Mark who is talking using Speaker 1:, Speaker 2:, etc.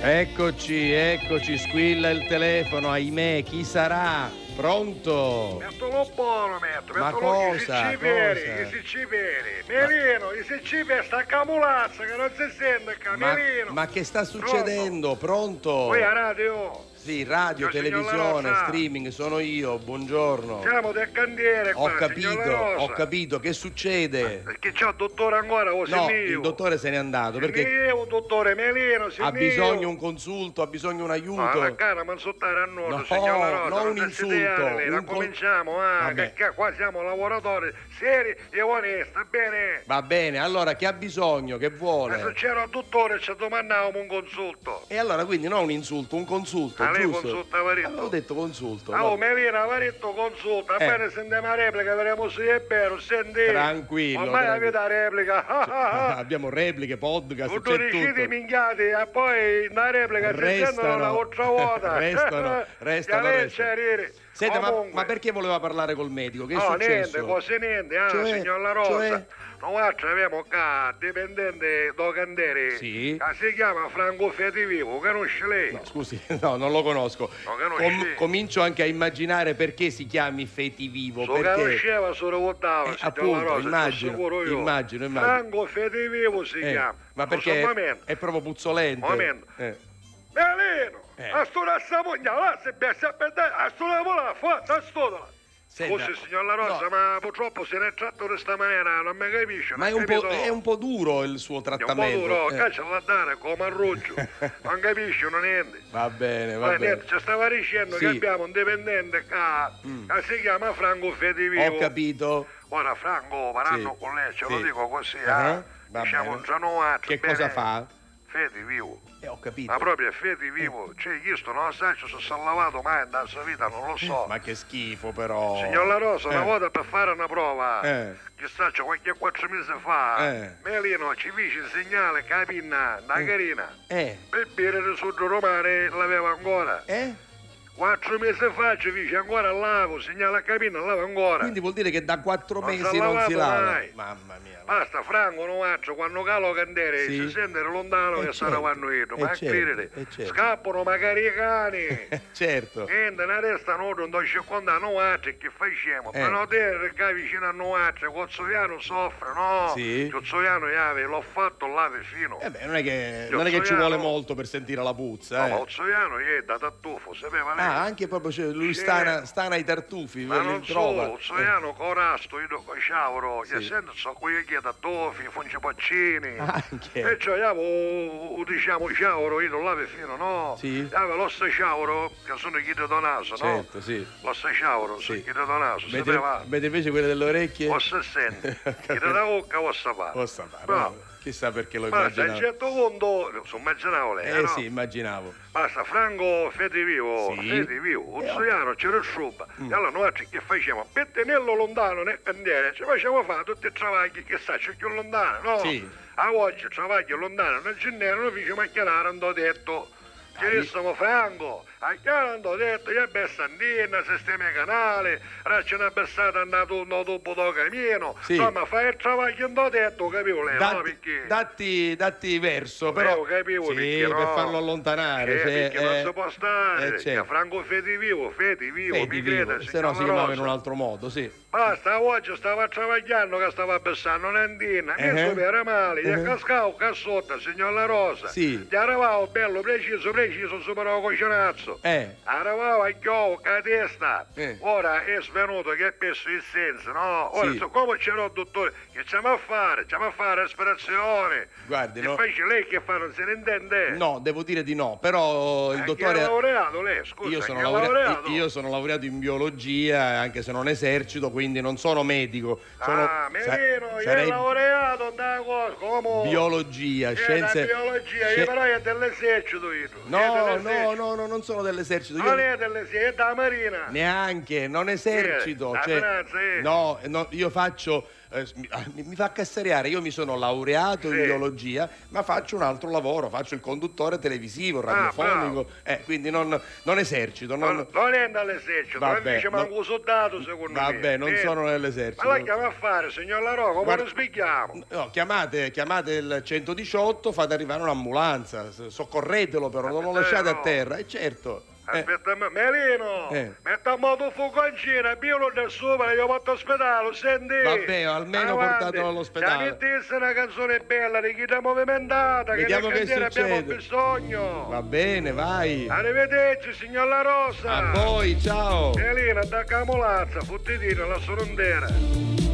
Speaker 1: Eccoci, eccoci, squilla il telefono, ahimè, chi sarà? Pronto?
Speaker 2: Mettolo buono, metto,
Speaker 1: Ma
Speaker 2: mettolo i
Speaker 1: cosa,
Speaker 2: sicci veri,
Speaker 1: cosa?
Speaker 2: i sicci veri. Merino, i sicci veri, sta camulazza che non si sente, qua,
Speaker 1: Ma,
Speaker 2: Merino.
Speaker 1: ma che sta succedendo? Pronto?
Speaker 2: Poi a radio,
Speaker 1: Sì, radio,
Speaker 2: Io, signor La
Speaker 1: televisione,
Speaker 2: Rosa.
Speaker 1: streaming, sono io, buongiorno.
Speaker 2: siamo del candiere qua,
Speaker 1: Ho
Speaker 2: signor eh,
Speaker 1: capito,
Speaker 2: La Rosa.
Speaker 1: ho capito, che succede?
Speaker 2: Perché c'è il dottore ancora, oh, o
Speaker 1: No,
Speaker 2: se ne
Speaker 1: il
Speaker 2: io.
Speaker 1: dottore se n'è andato
Speaker 2: Se
Speaker 1: perché
Speaker 2: ne io, dottore Merino, se
Speaker 1: ha
Speaker 2: ne io.
Speaker 1: bisogno un consulto, ha bisogno un
Speaker 2: Ma Ah, la
Speaker 1: aiuto.
Speaker 2: cara, ma non sottare a nulla,
Speaker 1: No,
Speaker 2: signor La Rosa,
Speaker 1: non un
Speaker 2: si
Speaker 1: insulto,
Speaker 2: ideale,
Speaker 1: un
Speaker 2: la
Speaker 1: con-
Speaker 2: cominciamo, ah,
Speaker 1: Vabbè.
Speaker 2: che ca- qua siamo lavoratori seri e onesti, bene?
Speaker 1: Va bene, allora che ha bisogno, che
Speaker 2: Ma se
Speaker 1: vuole?
Speaker 2: c'era un dottore ci domandavamo un consulto.
Speaker 1: E allora quindi non un insulto, un consulto,
Speaker 2: Ma lei
Speaker 1: giusto?
Speaker 2: consulta Varetto?
Speaker 1: Avevo detto consulto.
Speaker 2: Ah, oh,
Speaker 1: no?
Speaker 2: Melina, Varetto consulta,
Speaker 1: Eh.
Speaker 2: appena sentiamo la replica, vedremo se è vero, senti.
Speaker 1: Tranquillo,
Speaker 2: Ormai
Speaker 1: tranquillo.
Speaker 2: avete la replica.
Speaker 1: Abbiamo repliche, podcast,
Speaker 2: Tutto
Speaker 1: c'è
Speaker 2: riusciti
Speaker 1: tutto.
Speaker 2: minchiati e poi la replica si sentono
Speaker 1: Restano,
Speaker 2: un'altra volta.
Speaker 1: restano, restano,
Speaker 2: Chiarezza,
Speaker 1: restano.
Speaker 2: Riri.
Speaker 1: Senta, ma,
Speaker 2: Comunque-
Speaker 1: ma perché voleva parlare col medico? Che è
Speaker 2: No, niente,
Speaker 1: successo?
Speaker 2: cose niente, ah,
Speaker 1: Cioè,
Speaker 2: signor La Rosa.
Speaker 1: cioè?
Speaker 2: Noi abbiamo qua dipendente do Candere,
Speaker 1: Sì.
Speaker 2: che si chiama Franco Fetivivo, conosce lei?
Speaker 1: No, scusi, no, non lo conosco.
Speaker 2: Lo conosci?
Speaker 1: comincio anche a immaginare perché si chiami fetivivo.
Speaker 2: Lo
Speaker 1: perché...
Speaker 2: conosceva solo votava,
Speaker 1: Eh,
Speaker 2: signor
Speaker 1: appunto,
Speaker 2: La Rosa,
Speaker 1: immagino,
Speaker 2: sono sicuro io.
Speaker 1: immagino, immagino.
Speaker 2: Franco Fetivivo si
Speaker 1: Eh,
Speaker 2: chiama.
Speaker 1: ma
Speaker 2: Scusa,
Speaker 1: perché
Speaker 2: Un momento.
Speaker 1: è proprio puzzolente.
Speaker 2: Momento.
Speaker 1: Eh.
Speaker 2: Melino,
Speaker 1: Eh.
Speaker 2: a sto rassapogna, là, se piace a pedare, a sto lavorare, fa, da stodola.
Speaker 1: Senta,
Speaker 2: Forse signor La Rosa,
Speaker 1: no,
Speaker 2: ma purtroppo se ne è tratto in questa maniera, non mi capisce.
Speaker 1: ma è
Speaker 2: non
Speaker 1: un, po',
Speaker 2: capito?
Speaker 1: è un po' duro il suo
Speaker 2: È un po'
Speaker 1: trattamento.
Speaker 2: duro,
Speaker 1: Eh,
Speaker 2: caccia la dare come arroggio, non capiscono niente.
Speaker 1: Va bene, va
Speaker 2: Ma
Speaker 1: bene.
Speaker 2: Eh, niente, ci stava dicendo
Speaker 1: Eh, Sì. Mm.
Speaker 2: che abbiamo un dipendente che, che si chiama Franco Fedivivo.
Speaker 1: Ho capito.
Speaker 2: Ora Franco, parlando
Speaker 1: Sì.
Speaker 2: con lei, ce lo
Speaker 1: Sì.
Speaker 2: dico così,
Speaker 1: Ah,
Speaker 2: eh,
Speaker 1: va
Speaker 2: diciamo
Speaker 1: bene.
Speaker 2: tra noi altri,
Speaker 1: Che
Speaker 2: bene,
Speaker 1: cosa fa?
Speaker 2: Fedivivo.
Speaker 1: Eh, ho capito.
Speaker 2: Ma proprio è Fedivivo,
Speaker 1: Eh.
Speaker 2: cioè chiesto, non lo sa se si è lavato mai nella sua vita, non lo so.
Speaker 1: Eh, Ma che schifo però.
Speaker 2: Signor La Rosa, una
Speaker 1: Eh,
Speaker 2: volta per fare una prova,
Speaker 1: Eh.
Speaker 2: chissà, c'è qualche quattro mesi fa,
Speaker 1: Eh.
Speaker 2: Melino ci fece il segnale che la pinna, una carina,
Speaker 1: Eh.
Speaker 2: per bere del sud romano l'aveva ancora.
Speaker 1: Eh?
Speaker 2: Quattro mesi fa ci fece ancora al lago, segnala capina, lava ancora.
Speaker 1: Quindi vuol dire che da quattro
Speaker 2: Non
Speaker 1: mesi
Speaker 2: s'ha
Speaker 1: non si
Speaker 2: lavato
Speaker 1: lava.
Speaker 2: mai.
Speaker 1: Mamma mia. ma-
Speaker 2: Basta, Franco non faccio, quando calo candere
Speaker 1: Sì.
Speaker 2: si sente
Speaker 1: Eh
Speaker 2: lontano che
Speaker 1: certo,
Speaker 2: stanno vanno io,
Speaker 1: eh
Speaker 2: ma
Speaker 1: certo,
Speaker 2: credete,
Speaker 1: eh certo.
Speaker 2: scappano magari i cani.
Speaker 1: certo.
Speaker 2: Niente, ne resta noi non do seconda a noi che facciamo?
Speaker 1: Eh.
Speaker 2: Per non dire che è vicino a noi Cozzoviano soffre, no?
Speaker 1: Sì.
Speaker 2: Cozzoviano Iave, l'ho fatto là vicino.
Speaker 1: Eh beh, non è che,
Speaker 2: Io
Speaker 1: non è che ci
Speaker 2: sognavo-
Speaker 1: vuole molto per sentire la puzza.
Speaker 2: No,
Speaker 1: eh.
Speaker 2: ma Cozzoviano è da tattufo, sapeva lei?
Speaker 1: Ah, anche proprio cioè, lui
Speaker 2: Sì.
Speaker 1: stana, stana ai tartufi,
Speaker 2: Ma
Speaker 1: ve li
Speaker 2: non
Speaker 1: trova.
Speaker 2: solo, Cozzoviano corasto, io con sciavoro,
Speaker 1: Sì. Ah,
Speaker 2: e essendo so qui che tartufi, funci paccini.
Speaker 1: Eh, Anche.
Speaker 2: E cioè, avevo, diciamo, sciavoro, io là vicino, no?
Speaker 1: Sì.
Speaker 2: Avevo lo sciavoro, che sono chi donaso,
Speaker 1: Certo,
Speaker 2: no?
Speaker 1: sì.
Speaker 2: Lo sciavoro, sono
Speaker 1: Sì.
Speaker 2: chi donaso,
Speaker 1: Mentre,
Speaker 2: sapeva?
Speaker 1: mentre invece quelle delle orecchie.
Speaker 2: Posso sentire, chi da bocca possa fare.
Speaker 1: Possa fare,
Speaker 2: Bravo.
Speaker 1: Chissà perché lo
Speaker 2: Basta, a un
Speaker 1: immaginavo.
Speaker 2: certo punto, sono immaginavo lei,
Speaker 1: Eh
Speaker 2: no?
Speaker 1: sì, immaginavo.
Speaker 2: Basta, Franco Fedivivo,
Speaker 1: Sì. Eh. Mm.
Speaker 2: Fedivivo, Uzziano, Cerusciuba. E allora noi altri che facciamo? Pettenello lontano nel candiere, ci facciamo fare tutti i travagli che sa, c'è più lontano, no?
Speaker 1: Sì.
Speaker 2: A oggi travaglio lontano nel gennero, noi facciamo a chiarare, andò detto.
Speaker 1: Dai.
Speaker 2: Che siamo Franco, a chiaro andò detto, io bestandina, sistema i canali, raccia una bestata andato un tubo da camino,
Speaker 1: Sì.
Speaker 2: insomma fai il travaglio andò detto, capivo lei, no?
Speaker 1: Datti,
Speaker 2: Perché?
Speaker 1: datti, datti verso,
Speaker 2: Però
Speaker 1: però.
Speaker 2: io capivo
Speaker 1: sì,
Speaker 2: perché
Speaker 1: per
Speaker 2: no.
Speaker 1: farlo allontanare.
Speaker 2: Eh,
Speaker 1: se-
Speaker 2: perché non
Speaker 1: eh,
Speaker 2: si può stare.
Speaker 1: eh,
Speaker 2: che
Speaker 1: certo.
Speaker 2: Franco Fedi vivo, Fedi vivo,
Speaker 1: Vedi,
Speaker 2: mi
Speaker 1: vivo,
Speaker 2: creda,
Speaker 1: se no si
Speaker 2: signora
Speaker 1: chiamava in
Speaker 2: Rosa.
Speaker 1: un altro modo, sì.
Speaker 2: Basta, oggi stava travagliando che stava pensando Nandina, mi
Speaker 1: Eh.
Speaker 2: era male, gli
Speaker 1: Eh.
Speaker 2: è cascato qua sotto, signor La Rosa.
Speaker 1: Sì.
Speaker 2: Gli arrivavo bello, preciso, preciso, superavo con cenazzo.
Speaker 1: Eh.
Speaker 2: Arrivavo a chiovo, a testa.
Speaker 1: Eh.
Speaker 2: Ora è svenuto che è perso il senso, no? Ora,
Speaker 1: Sì.
Speaker 2: siccome c'era il dottore, che c'è a fare? C'è a fare respirazione.
Speaker 1: Guardi,
Speaker 2: e
Speaker 1: no-
Speaker 2: invece lei che fa, non se ne intende?
Speaker 1: No, devo dire di no, però il
Speaker 2: Ma Eh, chi
Speaker 1: dottore.
Speaker 2: è laureato lei, scusa,
Speaker 1: Io sono,
Speaker 2: chi è
Speaker 1: laurea-
Speaker 2: laureato?
Speaker 1: io sono laureato in biologia, anche se non esercito, quindi non sono medico. Sono,
Speaker 2: ah,
Speaker 1: sa-
Speaker 2: Merino, io
Speaker 1: sarei
Speaker 2: è laureato, andavo, come?
Speaker 1: biologia,
Speaker 2: Io
Speaker 1: scienze.
Speaker 2: da biologia,
Speaker 1: sci-
Speaker 2: io però è dell'esercito io.
Speaker 1: No, no, no, no, non sono dell'esercito.
Speaker 2: Non
Speaker 1: Io
Speaker 2: è dell'esercito, è da marina.
Speaker 1: neanche, non esercito.
Speaker 2: la
Speaker 1: cioè-
Speaker 2: finanza, eh.
Speaker 1: no, no, io faccio eh, s- mi, ah, mi- mi fa casteriare, io mi sono laureato
Speaker 2: Sì.
Speaker 1: in biologia, ma faccio un altro lavoro, faccio il conduttore televisivo,
Speaker 2: Ah, bravo.
Speaker 1: radiofonico, eh, quindi non, non esercito.
Speaker 2: Non,
Speaker 1: Non...
Speaker 2: non è nell'esercito,
Speaker 1: Vabbè,
Speaker 2: non dice
Speaker 1: no-
Speaker 2: manco un soldato secondo me.
Speaker 1: Vabbè, non
Speaker 2: Eh.
Speaker 1: sono nell'esercito.
Speaker 2: Ma la chiama a fare, signor Larò, come
Speaker 1: Guarda-
Speaker 2: lo spieghiamo?
Speaker 1: No, chiamate, chiamate il 118, fate arrivare un'ambulanza, s- soccorretelo però, non lo
Speaker 2: Eh,
Speaker 1: lasciate
Speaker 2: no.
Speaker 1: a terra, e certo. eh.
Speaker 2: Aspetta, me- Melino,
Speaker 1: Eh.
Speaker 2: metta a moto fuoconcina, io non ne sopra, io vado all'ospedale, senti?
Speaker 1: Vabbè, almeno
Speaker 2: Avanti.
Speaker 1: portatelo all'ospedale.
Speaker 2: Già che disse una canzone bella, di chi da movimentata,
Speaker 1: Vediamo
Speaker 2: che
Speaker 1: che
Speaker 2: nel cantiere abbiamo
Speaker 1: succede.
Speaker 2: bisogno.
Speaker 1: Va bene, vai.
Speaker 2: Arrivederci, signor La Rosa.
Speaker 1: A voi, ciao.
Speaker 2: Melino, da Camolazza, fottitino, la sorondera.